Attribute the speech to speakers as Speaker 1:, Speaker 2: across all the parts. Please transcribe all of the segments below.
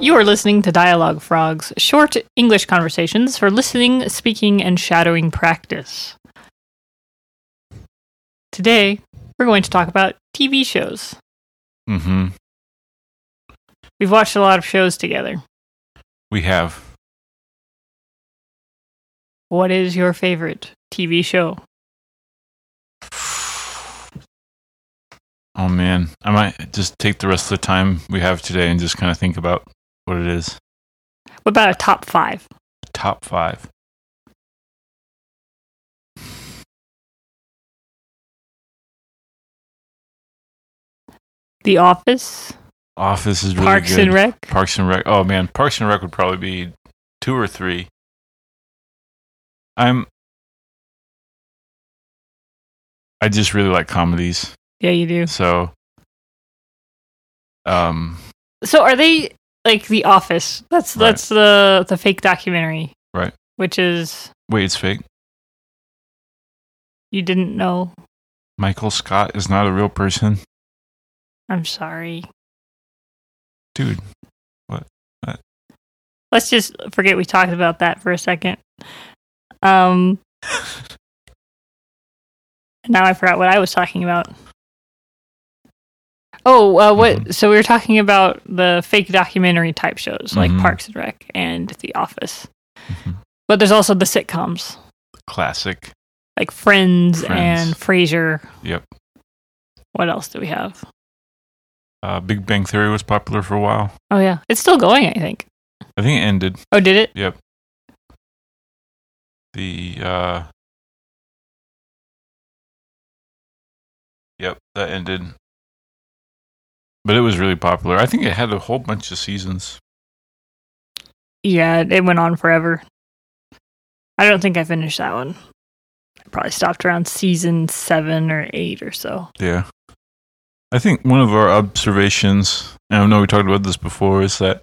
Speaker 1: You are listening to Dialogue Frogs, short English conversations for listening, speaking, and shadowing practice. Today, we're going to talk about TV shows.
Speaker 2: Mm-hmm.
Speaker 1: We've watched a lot of shows together.
Speaker 2: We have.
Speaker 1: What is your favorite TV show?
Speaker 2: Oh man, I might just take the rest of the time we have today and just kind of think about what it is.
Speaker 1: What about a top five?
Speaker 2: Top five.
Speaker 1: The Office,
Speaker 2: Office is really
Speaker 1: Parks
Speaker 2: good.
Speaker 1: and Rec.
Speaker 2: Parks and Rec. Oh man, Parks and Rec would probably be two or three. I'm. I just really like comedies,
Speaker 1: Yeah, you do.
Speaker 2: so. Um.
Speaker 1: So are they like The Office? That's
Speaker 2: Right.
Speaker 1: that's the the fake documentary,
Speaker 2: Right.
Speaker 1: Which is
Speaker 2: Wait, it's fake.
Speaker 1: you didn't know.
Speaker 2: Michael Scott is not a real person,
Speaker 1: I'm sorry.
Speaker 2: dude.
Speaker 1: Let's just forget we talked about that for a second. Um. now I forgot what I was talking about. Oh, uh, what?
Speaker 2: Mm-hmm.
Speaker 1: So we were talking about the fake documentary type shows like
Speaker 2: Mhm.
Speaker 1: Parks and Rec and The Office,
Speaker 2: Mhm.
Speaker 1: but there's also the sitcoms.
Speaker 2: Classic.
Speaker 1: like Friends,
Speaker 2: Friends.
Speaker 1: and Frasier.
Speaker 2: Yep.
Speaker 1: What else do we have?
Speaker 2: Uh, Big Bang Theory was popular for a while.
Speaker 1: Oh yeah, it's still going. I think.
Speaker 2: I think it ended.
Speaker 1: Oh, did it?
Speaker 2: the uh yep that ended but it was really popular i think it had a whole bunch of seasons
Speaker 1: Yeah, it went on forever. I don't think I finished that one. I probably stopped around season seven or eight or so.
Speaker 2: yeah i think one of our observations and i know we talked about this before is that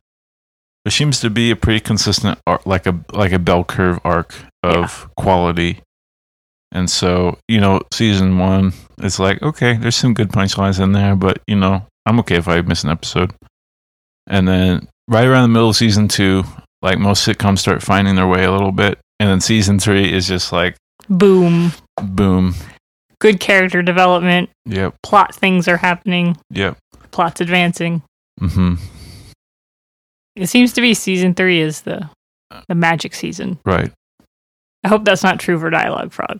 Speaker 2: there seems to be a pretty consistent arc, like a like a bell curve arc of quality and so you know season one it's like okay there's some good punchlines in there but you know i'm okay if i miss an episode and then right around the middle of season two like most sitcoms start finding their way a little bit and then season three is just like
Speaker 1: Boom.
Speaker 2: boom
Speaker 1: Good character development.
Speaker 2: yep
Speaker 1: Plot things are happening.
Speaker 2: yep
Speaker 1: Plots advancing.
Speaker 2: mm-hmm
Speaker 1: It seems to be season three is the the magic season.
Speaker 2: right
Speaker 1: I hope that's not true for Dialogue Frog.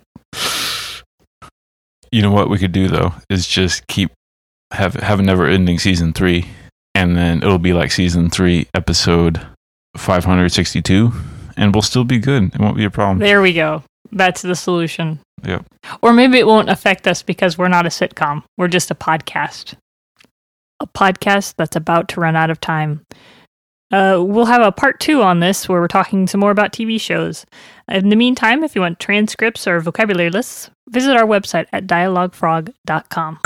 Speaker 2: You know what we could do though is just keep have have a never ending season three, and then it'll be like season three episode five hundred sixty two, and we'll still be good. It won't be a problem.
Speaker 1: There we go. That's the solution.
Speaker 2: Yep.
Speaker 1: Or maybe it won't affect us because we're not a sitcom. We're just a podcast. A podcast that's about to run out of time. Uh, we'll have a part two on this where we're talking some more about TV shows. In the meantime, if you want transcripts or vocabulary lists, visit our website at dialoguefrog.com.